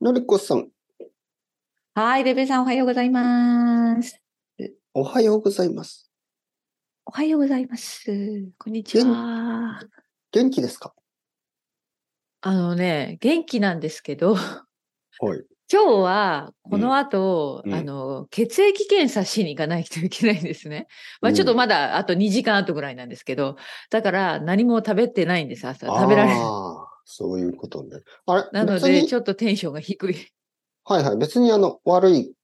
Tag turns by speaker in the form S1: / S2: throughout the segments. S1: のりこさん、
S2: はい、ベベさんおはようございます。
S1: おはようございます。
S2: おはようございます。こんにちは。
S1: 元気ですか
S2: あのね、元気なんですけど、
S1: はい。
S2: 今日はこの後、
S1: うん
S2: あの、血液検査しに行かないといけないんですね。
S1: う
S2: まあ
S1: ん
S2: ちょっとまだあと2時間後ぐらいなんですけど、だから何も食べてないんです、朝。食べられる。
S1: ああ、そういうことね。あれ
S2: なの
S1: 別
S2: で、
S1: に
S2: ちょっとテンションが低い。
S1: はいはい。別にあの、悪い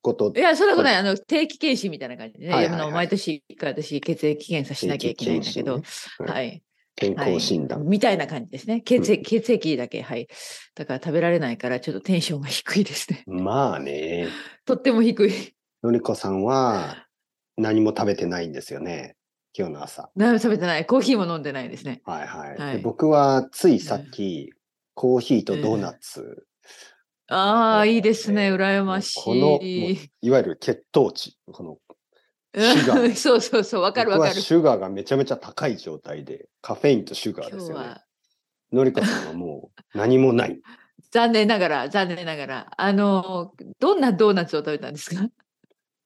S1: こと
S2: い。や、そんなことない。あの、定期検診みたいな感じでね。
S1: はいはいはい
S2: あの毎年一回私、血液検査しなきゃいけないんだけど
S1: 定期。検診ねは
S2: はい。
S1: 健
S2: はい
S1: 康診断。
S2: みたいな感じですね。血液、血液だけ、はい。だから食べられないから、ちょっとテンションが低いですね。
S1: まあね、
S2: とっても低い。
S1: のりこさんは何も食べてないんですよね。今日の朝。
S2: 何も食べてない。コーヒーも飲んでないですね。
S1: はいはい。で
S2: はい
S1: 僕はついさっき、コーヒーとドーナツ、
S2: ああ、いいですね。
S1: ね
S2: 羨ましい。
S1: このもういわゆる血糖値、このシガ
S2: う
S1: ー
S2: ん そうそうそう。わかるわ
S1: 僕
S2: か
S1: は
S2: る。
S1: シュガーがめちゃめちゃ高い状態で、カフェインとシュガー
S2: 今
S1: です
S2: 日
S1: よね。
S2: は、
S1: のりこさんはもう何もない。
S2: 残念ながら、残念ながら。あの、どんなドーナツを食べたんですか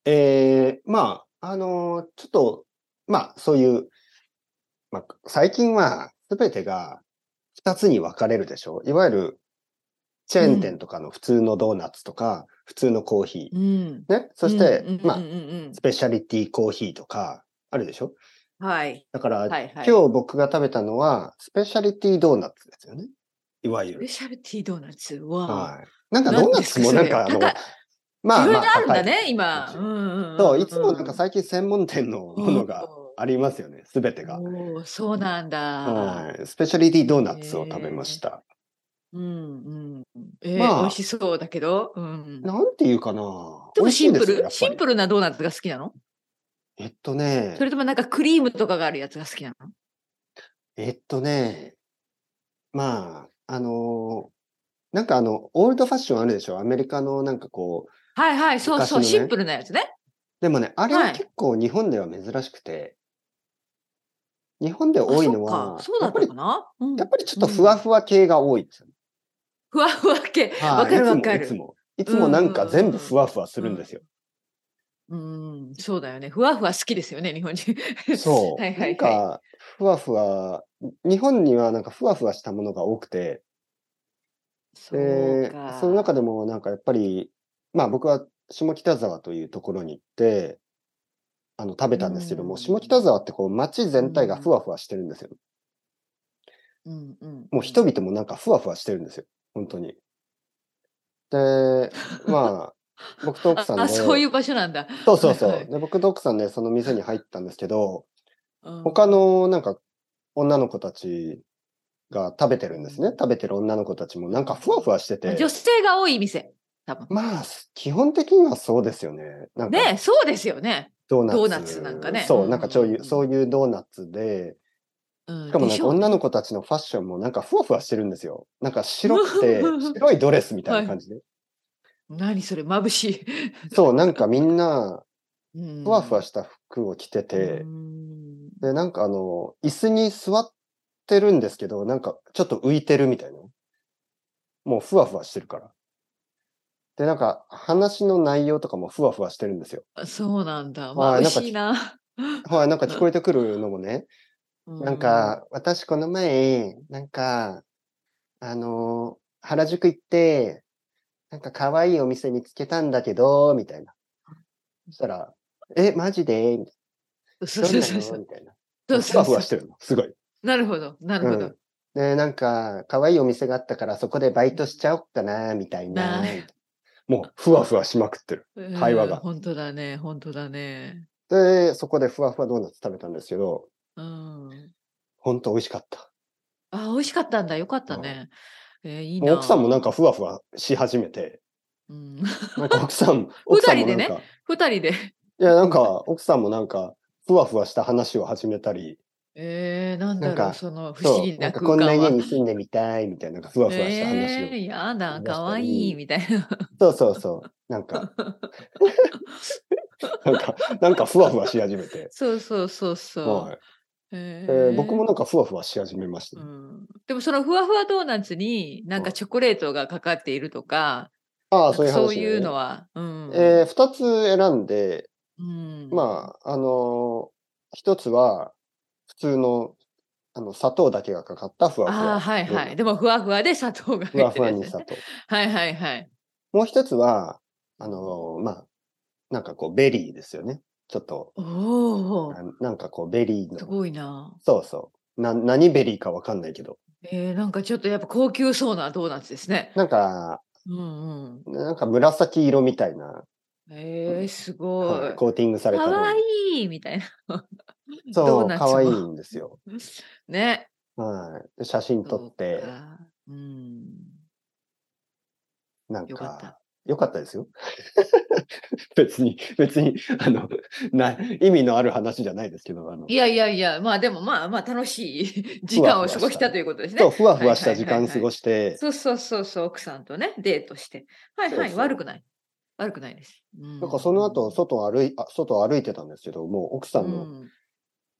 S1: えー、まあ、あのーちょっと、まあ、そういう、まあ、最近は全てが2つに分かれるでしょいわゆるチェーン店とかの普通のドーナツとか、普通のコーヒ
S2: うん。
S1: ー、ね。そして、
S2: うんうん
S1: ま
S2: う
S1: あ
S2: ん、うん
S1: スペシャリティコーヒーとか、あるでしょ
S2: うんはい。
S1: だから、
S2: はいはい。
S1: 今日僕が食べたのは、スペシャリティドーナツですよね。いわゆ
S2: ス
S1: る
S2: ペ。シャルティードーナツは、
S1: はい。なんかドーナツもなんか、あ
S2: 何です
S1: の
S2: かそれ、
S1: ま
S2: いろいろあるんだ
S1: 高い
S2: ね、今。
S1: 高
S2: う
S1: い
S2: んうんうん
S1: そう、いつもなんか最近専門店のものが
S2: うん
S1: ありますよね、すべてが。
S2: おーそうなんだ。
S1: はい、スペシャリティドーナツを食べました。
S2: うんうん。えー
S1: まあ
S2: 美味しそうだけど。うん。
S1: なんていうかな。
S2: でもシンプ
S1: 美味しいんですよ
S2: ルシンプ
S1: ル。
S2: ルなドーナツが好きなの
S1: えっとね
S2: そ、れともなんかクリームとかがあるやつが好きなの
S1: えっとね、まあ、あのーなんかあの、オールドファッションあるでしょアメリカのなんかこう。
S2: はいはい、そうそ
S1: 昔の
S2: う、
S1: ね
S2: シンプルなやつね。
S1: でもね、あれは
S2: はい
S1: 結構日本では珍しくて、日本で多いのは
S2: あ、そうかそ
S1: や
S2: うだ
S1: っ
S2: っ
S1: ぱ
S2: た
S1: り
S2: か、なうん
S1: やっぱりちょっとふわふわ系が多いですよね
S2: ふわふわ系。
S1: はい
S2: わかるわかる
S1: いつもいつもいつもなんか全部ふわふわするんですよ。
S2: うん、そうだよね。ふわふわ好きですよね、日本人。
S1: そう。
S2: はいは
S1: なん
S2: いは
S1: かふわふわ日本にはなんかふわふわしたものが多くて、
S2: い。そ
S1: で
S2: うか。
S1: その中でもなんかやっぱりまあ僕は下北沢というところに行ってあの食べたんですけども、
S2: うん
S1: 下北沢ってこう街全体がふわふわしてるんですよ。
S2: うんうん、
S1: もう人々もなんかふわふわしてるんですよ。本当に。で、まあ、僕と奥さん
S2: あ
S1: で、
S2: あ、そういう場所なんだ。
S1: そうそうそう。
S2: はいはい
S1: で、僕と奥さんでその店に入ったんですけど、
S2: うん
S1: 他のなんか女の子たちが食べてるんですね。食べてる女の子たちもなんかふわふわしてて。
S2: 女性が多い店。多分。
S1: まあ、基本的にはそうですよね。なんか
S2: ねえそうですよね。
S1: ドーナツ。
S2: ドーナツなんかね
S1: そうう、
S2: ん
S1: なんかそういうう、
S2: ん
S1: そういうドーナツで、
S2: うん
S1: しかもな
S2: で
S1: ん
S2: し
S1: か
S2: ょ
S1: 女の子たちのファッションもなんかふわふわしてるんですよ。なんか白くて、白いドレスみたいな感じ で。
S2: 何それ眩しい。
S1: そう、なんかみんな
S2: うん
S1: ふわふわした服を着てて、
S2: うん
S1: で、なんかあの、椅子に座ってるんですけど、なんかちょっと浮いてるみたいな。もうふわふわしてるから。で、なんか話の内容とかもふわふわしてるんですよ。
S2: そうなんだ。
S1: はい
S2: 眩しいな。
S1: はい、なんか聞こえてくるのもね、
S2: う
S1: なん、か私この前、なんか、あの、原宿行って、なんか可愛いお店見つけたんだけど、みたいな。そしたら、え、マジでみたい
S2: そ
S1: な。
S2: う
S1: どん
S2: そう
S1: な
S2: そうそ
S1: の
S2: う。
S1: みたいな。
S2: そ
S1: ふわ
S2: う
S1: ふ
S2: そう
S1: わ
S2: そ
S1: してるの。すごい。
S2: う。なるほど。なるほ
S1: う
S2: ど
S1: ん。で、なんか、可愛いお店があったから、そこでバイトしちゃおっかな、みたいな
S2: なあ。
S1: もう、ふわふわしまくってる。
S2: うん
S1: 会話が
S2: 本当だね。本当だね。
S1: で、そこでふわふわドーナツ食べたんですけど、
S2: うん。
S1: ほんと美味しかった。
S2: あ、美味しかったんだ。よかったね。えーいい
S1: もう
S2: な。
S1: 奥さんもなんかふわふわし始めて、
S2: うん。
S1: なんか奥さん、奥さんもなん
S2: 二人で
S1: か、
S2: 二人で。
S1: いや、なんか、奥さんもなんか、ふわふわした話を始めたり、
S2: えー、なんだ
S1: なん
S2: ろ
S1: か
S2: う、その不
S1: そ
S2: 思
S1: う
S2: 議
S1: なん
S2: な
S1: か
S2: 空
S1: こんな
S2: 間
S1: 家
S2: は。
S1: に住んでみたい、みたいな、なんかふわふわした話を。
S2: えー、や
S1: 話
S2: だ、
S1: したり
S2: かわいい、みたいな。
S1: そうそうそう。なんか、 なんか、なんかふわふわし始めて。
S2: そうそうそうそう。
S1: はい。
S2: え
S1: えー僕もなんかふわふわし始めました
S2: う
S1: ね、
S2: ん、でもそのふわふわドーナツになんかチョコレートがかかっているとか、
S1: あ
S2: な
S1: あ、
S2: ん
S1: そういう
S2: か
S1: 話、ね。
S2: そういうのは、うん
S1: えー二つ選んで、
S2: うん、
S1: まあ、あのー一つは、普通の、あの、砂糖だけがかかったふわふ
S2: あ
S1: わ。
S2: あはいはい、
S1: うん
S2: でもふわふわで砂糖が
S1: ふ
S2: 入
S1: わ
S2: って
S1: ふわ
S2: るやつ
S1: に
S2: ね
S1: 砂糖。
S2: はいはいはい
S1: もう一つは、あのーまあ、なんかこう、ベリーですよね。ちょっと、
S2: おお
S1: ななんかこう、ベリー
S2: す
S1: の。
S2: ごいな
S1: そうそう。な、何ベリーかわかんないけど。
S2: えー、なんかちょっとやっぱ高級そうなドーナツですね
S1: なんか、
S2: うんうん
S1: なんか紫色みたいな、
S2: えー、すご
S1: はいいコーティングされた
S2: か
S1: の
S2: わいいみたいな
S1: そ
S2: ドー
S1: う、
S2: ナツ
S1: 可愛い
S2: も
S1: んですよ。
S2: ね
S1: はい。で写真撮って
S2: そう、かうん
S1: なん
S2: よかった
S1: か、よかったですよ。 別に、別に、あの、な、意味のある話じゃないですけど、あの
S2: い、やいやいやまあでもまあまあ楽しい時
S1: ふわふ
S2: 間を
S1: わ
S2: 過ごし
S1: した
S2: たということですね
S1: そう、ふわふわし
S2: は
S1: た
S2: いはい
S1: 時
S2: はいはい
S1: 間過ごして、
S2: そうそうそうそう、奥さんとね、デートして。はいはい、
S1: そうそう
S2: 悪くない。悪くないです。うん
S1: なんかその後、外を歩い、あ外を歩いてたんですけど、もう奥さんの、
S2: うん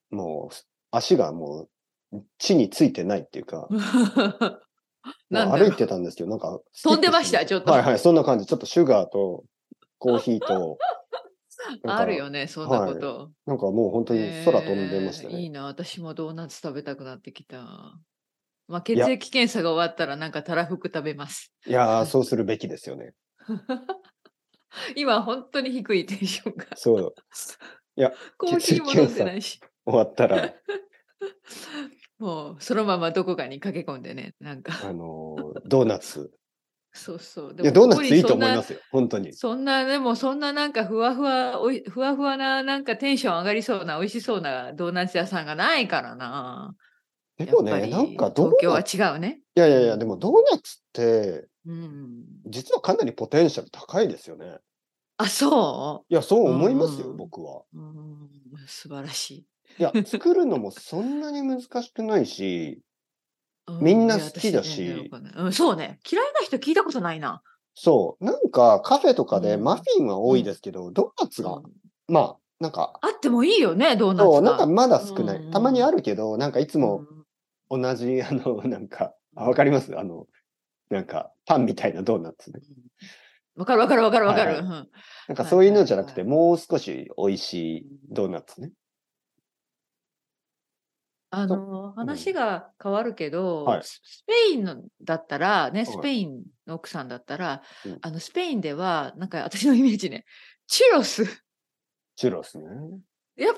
S1: もう、足がもう、地についてないっていうか、も
S2: なん
S1: う
S2: だ
S1: 歩
S2: ろ
S1: いうてたんですけど、なんか、
S2: 飛んでましたちょっと、
S1: はいはい、そんな感じ。ちょっとシュガーと、コーヒーとなんか
S2: あるよね、そんなこと。
S1: なんかもう本当に空飛んでました
S2: えーい
S1: ね。
S2: いな、私もドーナツ食べたくなってきた。まあ、血液検査が終わったら、なんかたらふく食べます。
S1: いやー、そうするべきですよね。
S2: 今、本当に低いテンション が。
S1: そう、
S2: コーヒーも飲んでないし。
S1: 終わった ら、
S2: もう、そのままどこかに駆け込んでね、なんか。
S1: あのードーナツ。
S2: そうそう。で
S1: いや、
S2: も
S1: ドー
S2: こ
S1: ナ
S2: こ
S1: ツ
S2: に
S1: いいと
S2: そん
S1: 思い
S2: な
S1: ますよ。本当に。
S2: そんな、でもそんななんかふわふわ、おいふわふわな、なんかテンション上がりそうな、美味しそうなドーナツ屋さんがないからな。
S1: でも
S2: やっぱ
S1: ね、
S2: り
S1: なんかドー
S2: 東京は
S1: ナツ、
S2: 違うね。
S1: いやいやいや、でもドーナツって、
S2: うん。
S1: 実はかなりポテンシャル高いですよね。
S2: あ、そ
S1: いや、そう思います
S2: うん
S1: よ、
S2: うん
S1: 僕は。
S2: う、うん、素晴らし
S1: いや、作るのもそんなに難しくないし、
S2: い。う
S1: みんない
S2: や
S1: 好きだし
S2: 私全然わかんないうん、そうね。嫌いな人聞いたことないな。
S1: そう、なんかカフェとかで
S2: うん
S1: マフィンは多いですけど、ドーナツ
S2: う
S1: が
S2: ん、
S1: まあ、なんか、
S2: あってもいいよね、ドーナツが。
S1: そう、なんかまだ少な
S2: うんうん
S1: い。たまにあるけど、なんかいつも
S2: うん
S1: 同じ、あの、なんか、あわかりますあの、なんか、パンみたいなドーナツね。
S2: わかるわかるわかるわかる。
S1: はいはい
S2: うん
S1: なんかそういうのじゃなくて、
S2: は
S1: もう少し美味しいドーナツね。
S2: あの話が変わるけど、
S1: はい
S2: ススペインのだったらね
S1: はい
S2: スペインの奥さんだったら、
S1: うん
S2: あのスペインではなんか私のイメージねチュロス
S1: チュロスね。
S2: やっぱそれはやっ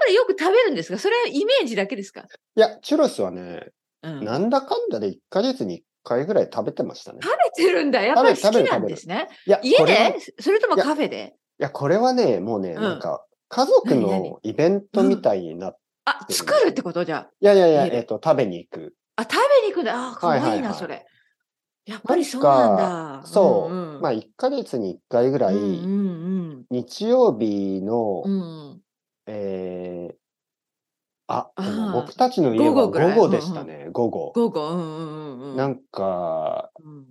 S2: ぱりよく食べるんですかそれはイメージだけですか、
S1: いや、チュロスはね、
S2: うん、
S1: な
S2: 食
S1: んだかんだで1ヶ月に1回ぐらい食べてましたね。
S2: べてるんだやっぱり好
S1: 食べる
S2: きな
S1: 食
S2: ん
S1: べる
S2: ですね
S1: いや、
S2: 家
S1: これは
S2: で
S1: い
S2: それとも
S1: いや
S2: カフェで
S1: や、これはね、もうね、
S2: うん
S1: なんか、家族
S2: 何々
S1: のイベントみたいになっ
S2: あ
S1: そう
S2: 作るってことじゃ
S1: いやいやいや、
S2: 家で
S1: えっと、食べに行く。
S2: あ食べに行くんだあかわいいな、
S1: はいはいはい
S2: それやっぱりそうなんだ
S1: そ
S2: ん
S1: う。
S2: ん
S1: まあ、1ヶ月に1回ぐらい、
S2: うんうん
S1: 日曜日の
S2: うんう、ん
S1: えーあ、で
S2: あー
S1: も僕たちの家は午
S2: 午後ぐらい
S1: 後でしたね、午後。
S2: 午後うんうんうんうん
S1: なんか、
S2: うん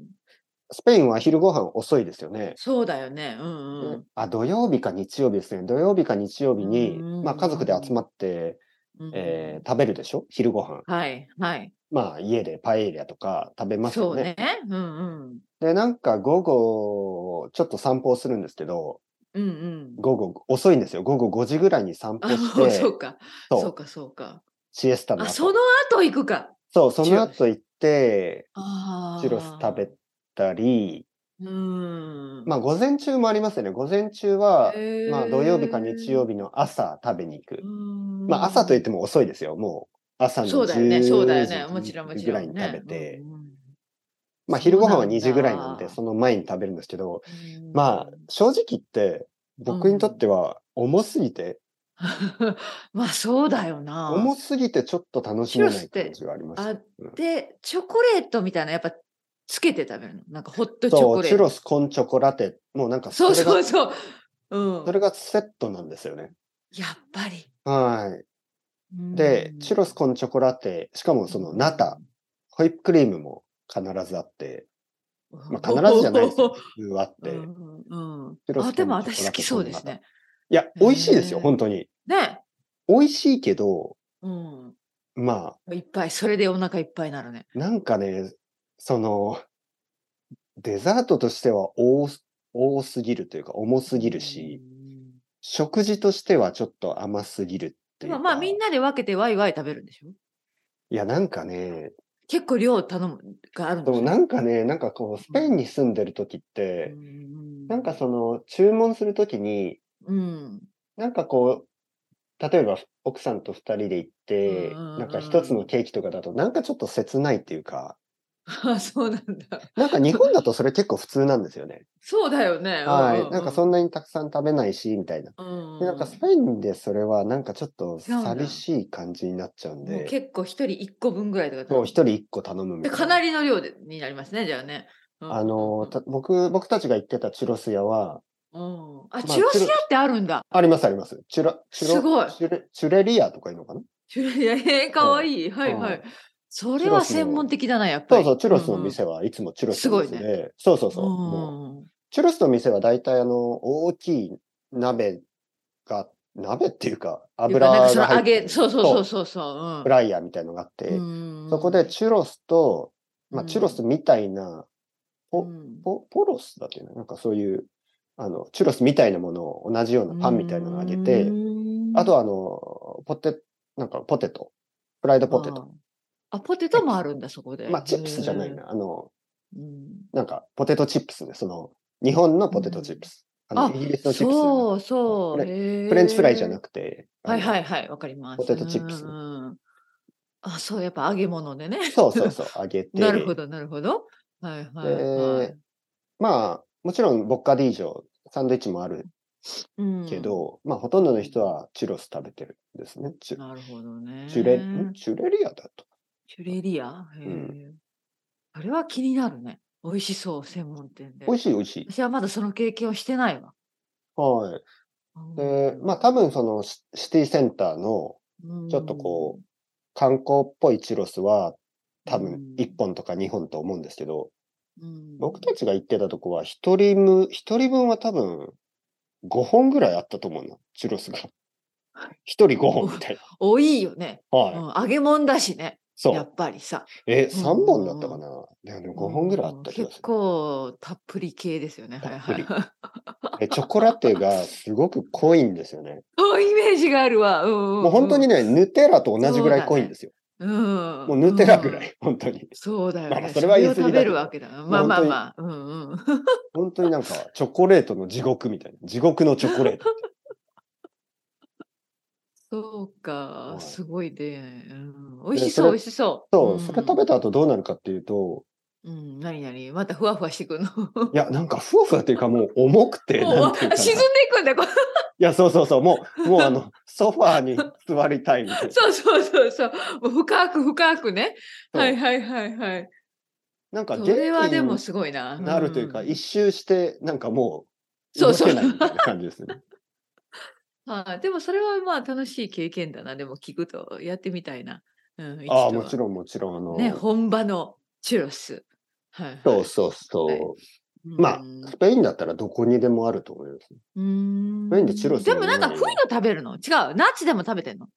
S1: スペインは昼ご飯遅いですよね。
S2: そうだよね。うんうん。
S1: あ土曜日か日曜日ですね。土曜日か日曜日に、
S2: うんうんうん
S1: まあ、家族で集まって、
S2: うん
S1: えー食べるでしょ昼ご飯
S2: はいはい。
S1: まあ、家でパエリアとか食べます
S2: そ
S1: よ
S2: う
S1: ね。
S2: ね。うんうん。
S1: で、なんか午後、ちょっと散歩をするんですけど、
S2: うんうん。
S1: 午後、遅いんですよ。午後5時ぐらいに散歩
S2: あ、
S1: し
S2: もう
S1: て、
S2: そうか。
S1: そう
S2: そうかそうか。
S1: シエスタの
S2: あ、
S1: 後
S2: その後行くか。
S1: そう、そ
S2: チュ
S1: の
S2: ロス
S1: 後行って、
S2: ああ。
S1: チュロス食べたり、
S2: うん。
S1: まあ、午前中もありますよね。午前中は、
S2: へー
S1: まあ、土曜日か日曜日の朝食べに行く。
S2: うん
S1: まあ、朝といっても遅いですよ。もう朝の
S2: そうだよね。そうだよね。
S1: 10
S2: もちろんも
S1: 時
S2: ち
S1: ぐ
S2: ろ
S1: ら
S2: ん
S1: い
S2: ね。
S1: に食べて、
S2: うんうん
S1: まあ、昼ご飯は
S2: そうなん
S1: 2
S2: だ
S1: 時ぐらいなんで、その前に食べるんですけど、
S2: うん
S1: まあ、正直言って、僕にとっては重すぎて、
S2: まあそうだよな。
S1: 重すぎてちょっと楽しめな
S2: チュロスっ
S1: い
S2: て
S1: 感じがありました。
S2: あ
S1: うん
S2: で、チョコレートみたいな、やっぱつけて食べるの。なんかホットチョ
S1: そ
S2: コ
S1: う、
S2: レ
S1: チュ
S2: ー
S1: ロ
S2: ト。
S1: ス、コンチョコラテ、もうなんかそ
S2: そう
S1: れが、
S2: そうそう。うん
S1: そ、れがセットなんですよね。
S2: やっぱり。
S1: はい。で
S2: う、ん
S1: チュロス、コンチョコラテ、しかもそのナタ、ホイップクリームも必ずあって、
S2: うん、
S1: まあ、必ずじゃないですよ、普通はあって。
S2: うんうんうん
S1: チュロス
S2: あでも
S1: とチョコ
S2: 私
S1: ラ
S2: 好
S1: テ
S2: きそうです
S1: とナ
S2: ね。
S1: いや、美味しいですよ、
S2: へー
S1: 本当に。
S2: ね
S1: 美味しいけど、
S2: うん。
S1: ま
S2: いっぱい、それでお腹いっぱいになるね。
S1: あ、なんかね、その、デザートとしては多す多すぎるというか、重すぎるし、
S2: うん。
S1: 食事としてはちょっと甘すぎるって
S2: で
S1: いうか。
S2: もまあみんなで分けてワイワイ食べるんでしょ
S1: いや、なんかね、
S2: 結構量頼むがあるん
S1: で
S2: で
S1: も
S2: しょ
S1: なんかね、なんかこう、スペインに住んでる時っ
S2: う
S1: て、
S2: ん
S1: なんかその、注文する時に、
S2: うん。
S1: なんかこう、例えば奥さんと二人で行って、
S2: うんうんうん
S1: なんか一つのケーキとかだと、なんかちょっと切ないっていうか、
S2: あそうなんだ。
S1: なんか日本だとそれ結構普通なんですよね。
S2: そうだよね。
S1: はい。なんかそ
S2: の、
S1: んなにたくさん食べないし、みたいな。
S2: うん
S1: でなんかスペインでそれはなんかちょっと
S2: 違うんだ
S1: 寂しい感じになっちゃうん
S2: もう
S1: で、
S2: 結構一人一個分ぐらいとか頼む。
S1: そう、一人一個頼むみた
S2: で
S1: いな。
S2: かなりの量でになりますね、じゃあね。うん
S1: あの、た僕、僕たちが行ってたチュロス屋は、
S2: うん、あ、
S1: あ
S2: チュロス
S1: チュ
S2: 屋っ
S1: ロ
S2: てあるんだ。
S1: ありますあります。チュラ、チュロ
S2: すごい
S1: チュレチュレリアとかいうのかな
S2: チュロス屋、えー、かわいい。はいは
S1: う
S2: い
S1: ん。
S2: それは専門的だな、やっぱ
S1: そ
S2: り。
S1: うそう、チュロスの
S2: んん
S1: 店はいつもチュロスの
S2: すご
S1: 店
S2: い
S1: で、そうそうそう。もう
S2: うん
S1: チュロスの店は大体あの、大きい鍋が、鍋っていうか、
S2: やっ
S1: 油
S2: ぱ
S1: が
S2: なん
S1: 入
S2: かその揚
S1: って
S2: げ、
S1: る
S2: そうそうそうそうそう。
S1: フライヤーみたいのがあって、
S2: うん、
S1: そこでチュロスと、まあ、
S2: うん
S1: チュロスみたいな、
S2: う
S1: ポ
S2: ん
S1: ポポロスだっけななんかそういう、あの、チュロスみたいなものを同じようなパンみたいなのを揚げて、
S2: うん
S1: あとはあの、ポテ、なんかポテト、フライドポテト。。
S2: あ、ポテトもあるんだ、そこで。
S1: まあ、チップスじゃない
S2: へ
S1: な。あの、
S2: ー。うん
S1: なんか、ポテトチップスね。その、日本のポテトチップス。あの、イギリスのチップスじゃなくて
S2: そうそう。
S1: フレ
S2: レ
S1: フレンチフライじゃな
S2: て。
S1: くて。。
S2: はいはいいはい、わかります。
S1: ポテトチップス
S2: うんうんあ、そう、やっぱ揚げ物でね。
S1: そうそうそう、揚げて。
S2: なるほど、なるほど。はいはい、はい
S1: で。まあ、もちろん、ボッカディージョ、サンドイッチもある
S2: うん
S1: け、ど、まあ、ほとんどの人はチュロス食べてるんですね。チュ
S2: なるほどね。
S1: チュレ、んチュレリアだと。
S2: チュレリアへえ、それは気になるね。美味しそう、専門店で。
S1: 美味しい美味しい。
S2: 私はまだその経験をしてないわ。
S1: は
S2: うん
S1: い。で、まあ、多分、その、シシティセンターのちょっとこう観光っぽいチュロスは、多分、1本とか2本と思うんですけど、
S2: うん、うん
S1: 僕たちが行ってたとこは、一人分、一人分は多分、5本ぐらいあったと思うの、チュロスが。一人5本みたい
S2: 多いよね、
S1: な。
S2: うん
S1: はい。。
S2: 揚げ物だしね、
S1: そ
S2: や
S1: う。
S2: っぱりさ。
S1: え、3本だったかな。でも5本ぐらいあった
S2: うん
S1: 気がす
S2: 結
S1: る。
S2: 構たっぷり系ですよね。はいはい。
S1: たえチョコラテがすごく濃いんですよね。
S2: そういうイメージがあるわ。うんうんうん
S1: もう本当にね、ヌテラと同じぐらい濃いんですよ。
S2: うん、
S1: もうヌテラぐら
S2: うん。
S1: い、本当に。
S2: そうだよね。
S1: まあそれは言い過ぎだけど
S2: それを食べるわけだな。まあまあまあ。うんうん。
S1: 本当になんか、チョコレートの地獄みたいな。地獄のチョコレー ト。
S2: そうか
S1: は、い
S2: すごいね。うん、美味し
S1: でそ
S2: そう、
S1: れ
S2: 美味しそう。
S1: そう、
S2: ん
S1: それ食べた後どうなるかっていうと、
S2: うん、何何またふわふわしてくるの。
S1: いや、なんかふわふわっていうかもう重くて、
S2: も
S1: なん
S2: う
S1: ていうかな。
S2: 沈んでいくんだよ。こう
S1: いや、そうそうそう、も う、もうあの、ソファーに座りたいみたいな。
S2: そうそうそうそう。もう深く深くね。
S1: そう
S2: はいはいはいはい。
S1: なんか
S2: そ
S1: 元
S2: れはでも
S1: 気
S2: すごいな。
S1: になるというか、
S2: ん
S1: 一周して、なんかもう、
S2: そうそう
S1: 動けないみたいな感じです ね。
S2: あでもそれはまあ楽しい経験だな。でも聞くとやってみたいな。うん、
S1: ああ、もち
S2: ろ
S1: ろん、もちろん、あの、
S2: ね、本場のチュロス。はいはい、
S1: そうそうそう。
S2: はい
S1: まあ
S2: うん、
S1: スペインだったらどこにでもあると思います。
S2: うーん
S1: メインでチュロス
S2: で
S1: の
S2: もなんか
S1: メニュー
S2: 冬の食べるの違う。夏でも食べてんの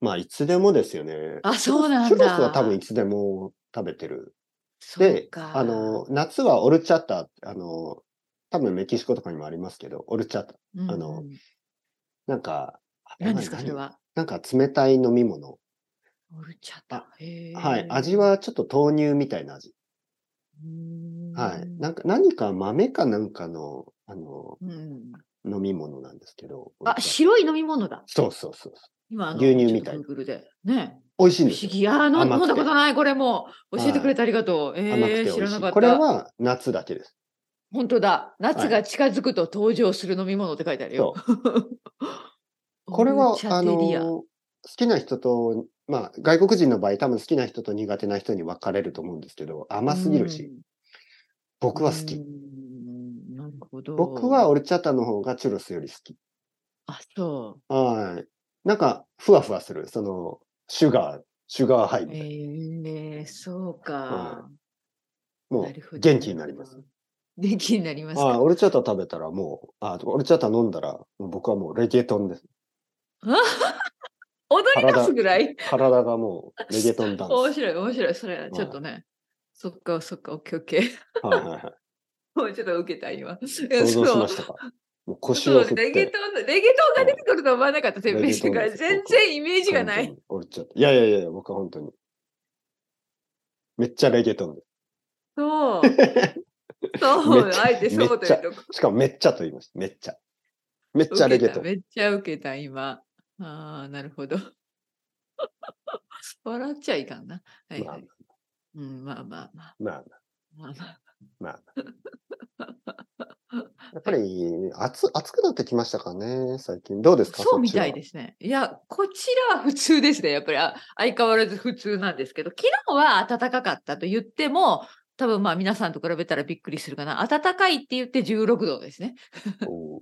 S1: まあ、いつでもですよね。
S2: あそうなんだ
S1: チュロスは多分いつでも食べてる。
S2: そう
S1: で、
S2: か。
S1: あの、夏はオルチャタ、あの、多分メキシコとかにもありますけど、オルチャタ。
S2: うんうん、
S1: あのなんか、あれ
S2: 何ですかそ
S1: 何
S2: れは。
S1: なんか冷たい飲み物。
S2: オルチャタ。へー
S1: はい。味。はちょっと豆乳みたいな味。
S2: うーん
S1: はい。なんか、何か豆かなんかの、あの、
S2: うん、
S1: 飲み物なんですけど。
S2: あ白い飲み物だ。
S1: そうそうそう。
S2: 今あの
S1: 牛乳みたい
S2: ちょっと Google で。ね。
S1: 美味しい
S2: 不
S1: んです
S2: 思
S1: よ。
S2: 議。あー飲ん
S1: 甘く
S2: 飲
S1: て
S2: んだことないこれもう教えてくれてありがとう。え
S1: 甘くて
S2: ー、
S1: 美
S2: 知
S1: 味
S2: ら
S1: し
S2: なかっ
S1: い。
S2: た。
S1: これは夏だけです。
S2: 本当だ。夏
S1: はい
S2: が近づくと登場する飲み物って書いてあるよ。
S1: これ
S2: オ
S1: は
S2: ルチ、ャ
S1: あの、
S2: テリア
S1: 好きな人と、まあ、外国人の場合、多分好きな人と苦手な人に分かれると思うんですけど、甘すぎるし、。僕は好
S2: う
S1: き。
S2: んなるほど。
S1: 僕はオルチャタの方がチュロスより好き。
S2: あそ
S1: はい。なんか、ふわふわする。その、シュガー、シュガーハイ
S2: う。
S1: み
S2: え
S1: たいな。
S2: ー、そうか。
S1: も
S2: なるほ
S1: う、
S2: ど
S1: 元気になります。。
S2: 元気になります
S1: はい。
S2: か。
S1: オルチャタ食べたらもう、あ、オルチャタ飲んだら、僕はもうレゲトンです。
S2: 踊り出すぐらい
S1: 体がもう、メゲトン ダンス。
S2: 面白い、面白い。それ、ちょっとね。そっか、そっか、オッケーオッケー。
S1: はいはいはい。
S2: もうちょっと受けた、今。想
S1: 想像しましたかもう腰
S2: そ
S1: を
S2: う
S1: 振っ
S2: レゲ
S1: て
S2: ト。ンの、レゲトンが出てくるとは思わなかった、てっぺいしてから。
S1: レゲトン
S2: 全然イメージがない。
S1: 本当に折っちゃった。いやいやいやいや、僕は本当に。めっちゃレゲトンで
S2: そ
S1: め
S2: う。そう
S1: っち、ゃ
S2: あえてそうというとこ。
S1: す。しかもめっちゃと言います。めっちゃ。めっちゃレゲトン。
S2: めっちゃ受けた、今。ああ、なるほど。 笑っちゃいかんな。はい、
S1: ま
S2: は
S1: あ
S2: い。うん、まあまあまあ。
S1: まあ、
S2: まあまあ、
S1: やっぱり暑暑くなってきましたかね、最近。どうですか。
S2: そうみたいですすね。いや、こちらは普通ですね。やっぱりあ相変わらず普通なんですけど、昨日は暖かかったと言っても、多分まあ皆さんと比べたらびっくりするかな。暖かいって言って16度ですね。
S1: おー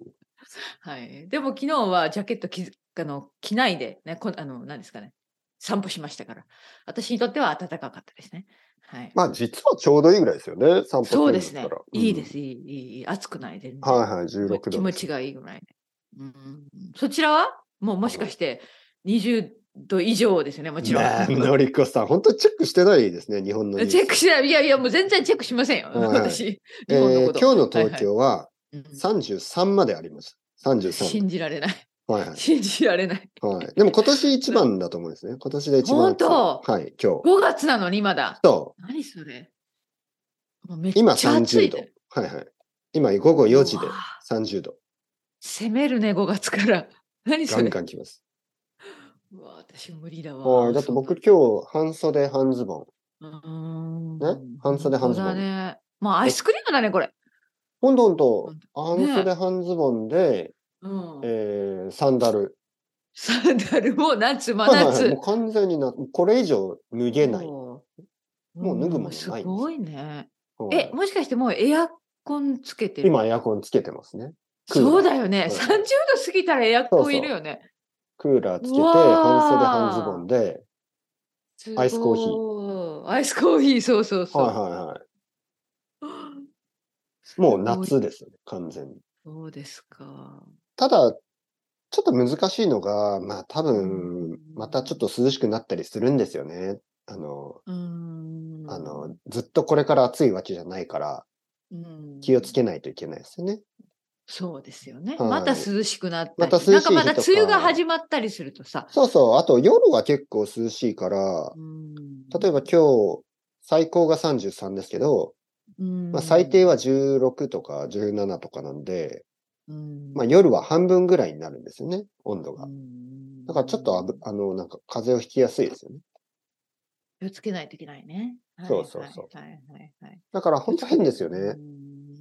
S2: はい。でも昨日はジャケット着あの着ないで、ね、こあの、何ですかね。散歩しましたから。私にとっては暖かかったですね。はい。
S1: まあ、実はちょうどいいぐらいですよね、散歩する
S2: そうんで
S1: ですすか
S2: ね
S1: ら。。。
S2: いいですす、いい、いいいい、暑くないで。
S1: はいはい、16度。
S2: 気持ちがいいぐらいで。うん、そちらはもうもしかして20度以上ですよね、もちろん。
S1: ねえのりこさん、本当にチェックしてないですね、日本のニュース
S2: チェックしない。いやいや、もう全然チェックしませんよ、
S1: はい
S2: 私。
S1: え
S2: 日本の
S1: ー今
S2: こと。
S1: 日の東京は
S2: はいはい
S1: 33までありました。
S2: うん
S1: 33。
S2: 信じられない。
S1: はいはい。
S2: 信じられない。
S1: はい、でも今年一番だと思うんですね。今年で一番暑い。
S2: 本
S1: はい、今日。
S2: 5月なのにまだ。
S1: そ
S2: 何それ。もうめっ
S1: う、今
S2: ちゃ暑い
S1: 30度。はいはい。今午後4時で
S2: うわ
S1: 30度。
S2: 攻めるね、5月から。何そ
S1: ガ
S2: れ。
S1: ンガン来ます。
S2: うわ私無理だわ。
S1: はい、だって僕
S2: そ
S1: 今日半袖半ズボン。
S2: んな、
S1: ね
S2: うん
S1: 半袖半ズボン
S2: 本当だね。まあ、アイスクリームだね、これ。
S1: ほんとほんと、
S2: ね
S1: 半袖半ズボンで、
S2: うん
S1: えーサンダル。
S2: サンダルもう夏、真
S1: はいはいはい
S2: 夏
S1: もう。完全にな、これ以上脱げない。
S2: もう
S1: もう脱ぐものないんです
S2: すごいね。
S1: はい
S2: え、もしかしてもうエアコンつけてる
S1: 今エアコンつけてますね。クーラー
S2: そうだよね。
S1: はい
S2: 30度過ぎたらエアコンいるよね。
S1: クーラーつけて、
S2: うわー
S1: 半袖半ズボンで、
S2: す
S1: アイスコーヒー
S2: ごいアイスコーヒー、そうそうそう。
S1: はいはいはい。もう夏ですよね、完全に。
S2: そうですか。
S1: ただ、ちょっと難しいのが、まあ多
S2: う
S1: 分
S2: ん、
S1: またちょっと涼しくなったりするんですよね。あの、
S2: うーん。
S1: あの、ずっとこれから暑いわけじゃないから、
S2: うん、
S1: 気をつけないといけないですよね。
S2: そうですよね。
S1: はい
S2: また涼しくなったり。
S1: また涼しい
S2: なんかまだ
S1: 日と
S2: 梅
S1: か
S2: 雨が始まったりするとさ。
S1: そうそう。あと夜は結構涼しいから、例えば今日、最高が33ですけど、まあ、最低は16とか17とかなんで、まあ、夜は半分ぐらいになるんですよね、温度が。だからちょっとあぶ、あの、なんか風邪をひきやすいですよね。
S2: 気をつけないといけないね。はい
S1: そうそうそう
S2: はいはいはいはい。
S1: だから本当変ですよね。
S2: う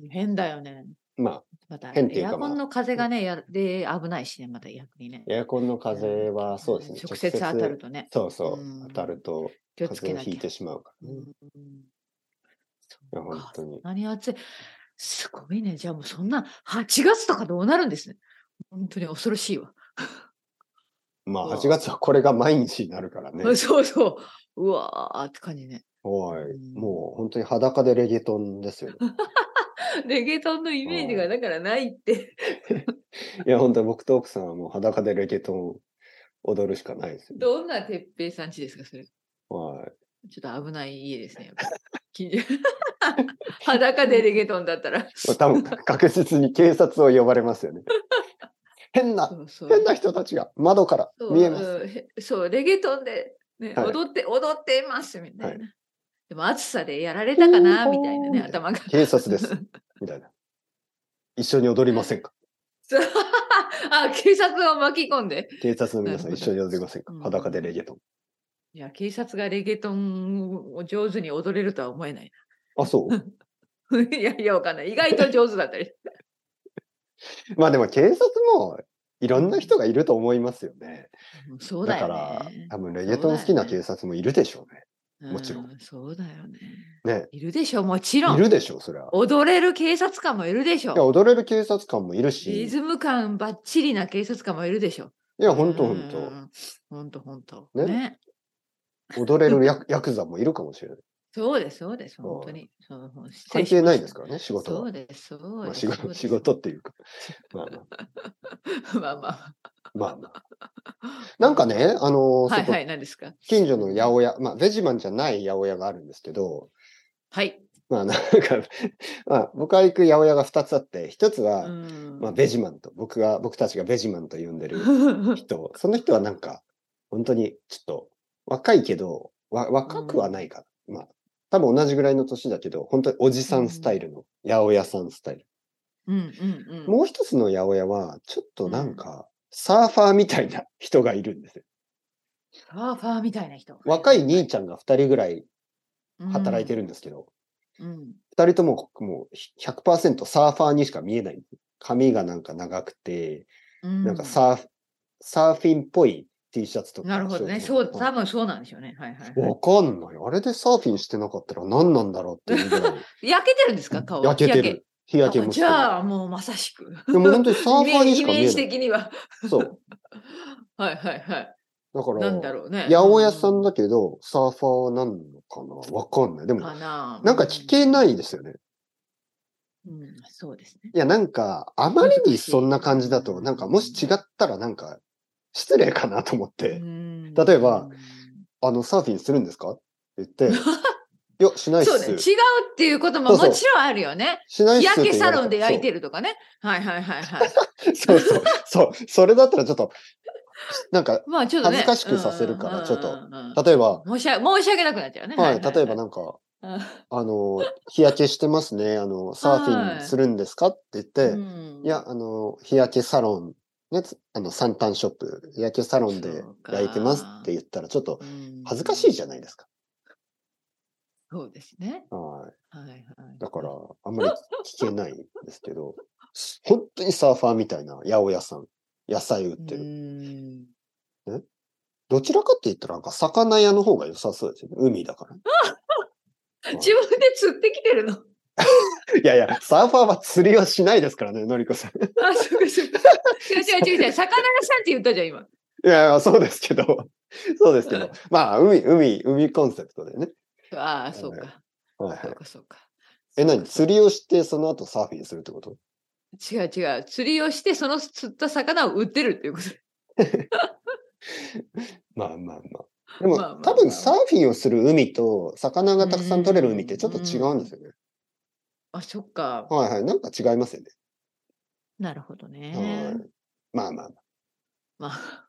S2: ん。変だよね。
S1: まあ、
S2: また
S1: 変っていう
S2: エ
S1: か
S2: アコ
S1: まあ
S2: ンの風がね、やで危ないしね、また逆にね。
S1: エアコンの風はそうですね。
S2: 直接当たる。とね、
S1: そうそう
S2: うん。
S1: 当たると
S2: 気を
S1: 風
S2: つけ
S1: 邪を
S2: なき
S1: ひい
S2: ゃ。
S1: てしまうからね。
S2: うん
S1: いや、
S2: そう
S1: 本
S2: か
S1: 当に。
S2: 何暑い。すごいね。じゃあもうそんな8月とかどうなるんですね。本当に恐ろしいわ。
S1: ま
S2: うわ
S1: あ、8月はこれが毎日になるからね。
S2: そうそう。うわーって感じね。
S1: は
S2: う
S1: い。
S2: ん
S1: もう本当に裸でレゲトンです よね。
S2: レゲトンのイメージがだからないって。
S1: いや、本当に僕と奥さんはもう裸でレゲトンを踊るしかないですよね。
S2: どんな鉄平さんちですか、それ。
S1: はい。
S2: ちょっと危ない家ですね。やっぱり近所 裸でレゲトンだったら。
S1: まあ多分 確実に警察を呼ばれます よね。変な、
S2: そうそう
S1: 変な人たちが窓から
S2: そう
S1: 見えます。
S2: うんへ そう、レゲトンで、ね
S1: はい
S2: 踊って、踊っていますみたいな。
S1: は
S2: でも暑さでやられたかな
S1: ほー
S2: みたいなね、頭が。
S1: 警察です。みたいな。一緒に踊りませ んか
S2: そう あ、警察を巻き込んで。
S1: 警察の皆さん
S2: なる
S1: 一
S2: ほど
S1: 緒に踊りませんか
S2: うん
S1: 裸でレゲトン。
S2: いや、警察がレゲトンを上手に踊れるとは思えない
S1: あ、そう。
S2: な。いやいや、わかんない。意外と上手だっ たり。
S1: まあでも警察もいろんな人がいると思いますよね。
S2: うんそう
S1: だか
S2: だよ
S1: ら
S2: ね。
S1: 多分レゲトン好きな警察もいるでしょもちろん
S2: うそうだよね。
S1: うね。
S2: いるでしょ、もちろ
S1: ね。い
S2: ん。
S1: るでしょ、それは。
S2: 踊れる警察官もいるでし
S1: いや、
S2: ょ。
S1: 踊れる警察官もいるし。
S2: リ
S1: い
S2: ズム感ばっちりな警察官もいるでしょ。
S1: や、ほんとほ
S2: うん
S1: と。
S2: んと。ほんとほんと。
S1: ね
S2: ね。
S1: 踊れるヤクヤクザもいるかもしれない。
S2: そうです、そうです、
S1: そう
S2: 本当に。そう
S1: 関係ないです
S2: か
S1: からね、仕事
S2: そ
S1: は
S2: う。です、そう
S1: まあ、
S2: です。
S1: 仕
S2: そう
S1: 事
S2: です
S1: 仕事っていうか。まあまあ
S2: まあ まあ。
S1: まあまあ、なんかね、あのー
S2: はい
S1: ちょっ
S2: は
S1: と
S2: い、何ですか
S1: 近所の八百屋、まあ、ベジマンじゃない八百屋があるんですけど、
S2: はい。
S1: まあ、なんか、まあ、僕が行く八百屋が2つあって、1つは、
S2: うん
S1: まあ、ベジマンと、僕が、僕たちがベジマンと呼んでる人、その人はなんか、本当にちょっと若いけど、わ若くはないかな。まあ、多分同じぐらいの年だけど、本当におじさんスタイルの、八百屋さんスタイル。
S2: うんうんうん。
S1: もう一つの八百屋は、ちょっとなんか、サーファーみたいな人がいるんですよ。
S2: サーファーみたいな人。
S1: 若い兄ちゃんが2人ぐらい働いて
S2: る。
S1: るんですけど、
S2: うん
S1: 2人とももう100%サーファーにしか見えない。髪がなんか長くて、
S2: うん
S1: なんかサーフ、サーフィンっぽい T シャツとか。
S2: なるほどね。
S1: ショ
S2: そ
S1: ー
S2: う、
S1: ツと
S2: 多
S1: か
S2: 分そうなんでしょうね。はいはいは
S1: わかんない。あれでサーフィンしてなかったら何なんだろうっていうぐらい
S2: い。焼けてるんですか顔。
S1: 焼けてる。日
S2: 日
S1: 焼け
S2: 焼け。あ
S1: もして
S2: じ
S1: る。
S2: ゃあ、もうまさしく。
S1: でも本当にサーファーにし
S2: イ
S1: か
S2: メ
S1: 見
S2: ー
S1: え
S2: ジ
S1: ない。
S2: 的には。
S1: そう。
S2: はいはいはい。
S1: だから、
S2: なんだろうね。
S1: 八百屋さんだけど、サーファーなのかなわかんない。で
S2: うん
S1: も、
S2: かな。
S1: なんか聞け
S2: い。
S1: ないですよね。
S2: うん、そうですね。
S1: いや、なんか、あまりにそんな感じだと、
S2: 難しい
S1: なんか、もし違ったらなんか、失礼かなと思って、
S2: 例
S1: 例えば、あの、サーフィンするんですかって言っ て、いや、しないっ
S2: そうね、違う
S1: す。
S2: っていうことも
S1: そうそう
S2: もちろんあるよね。
S1: しないっ
S2: 日
S1: すって
S2: 焼け
S1: 言わ
S2: サ
S1: れたら。
S2: ロンで焼いて
S1: る。
S2: るとかね。はいはいは いはい。
S1: そうそう。そう。それだったらちょっと、なんか、
S2: まあちょっとね。
S1: 恥ずかしくさせるから
S2: うん
S1: ちょっと
S2: うんうん
S1: 例えば、
S2: 申し訳申し訳なくなっちゃうね。
S1: はい、例えばなんか、あの、日焼けしてますね。あの、サーフィンするんですかって言って、いや、あの、日焼けサロン、ね、つあの、三端ショップ、日焼けサロンで
S2: そうか
S1: 焼いてますって言ったら、ちょっと恥ずかしい
S2: い。
S1: じゃないですか。
S2: そうですね。
S1: は
S2: はいはい
S1: い。だから、あんまり聞けないんですけど、本当にサーファーみたいな八百屋さん、野菜売って
S2: う
S1: る。
S2: ん
S1: どちらかって言ったら、なんか魚屋の方が良さそうですよね。海だから。
S2: 自分で釣ってきてるの。
S1: いやいや、サーファーは釣りはしないですからね、のりこさん。い
S2: あ、そうかそうか。違う違う違う 違う。魚屋さんって言ったじゃん、今。
S1: やいや、そうですけど、そうですけど、まあ、海、海、海コンセプトでね。
S2: ああ、そうか。
S1: はいは
S2: そ。
S1: いう
S2: かそうか。
S1: え、何釣りをして、その後サーフィンするってこと
S2: 違う違う。釣りをして、その釣った魚を売ってるっていうこと。
S1: まあまあまあ。でも、
S2: まあまあ
S1: 多分サーフィンをする海と魚がたくさん取れる海ってちょっと違うんですよね。
S2: あ、そっか。
S1: はいはい。なんか違いますよね。
S2: なるほどね。
S1: はいまあまあまあ。
S2: まあ、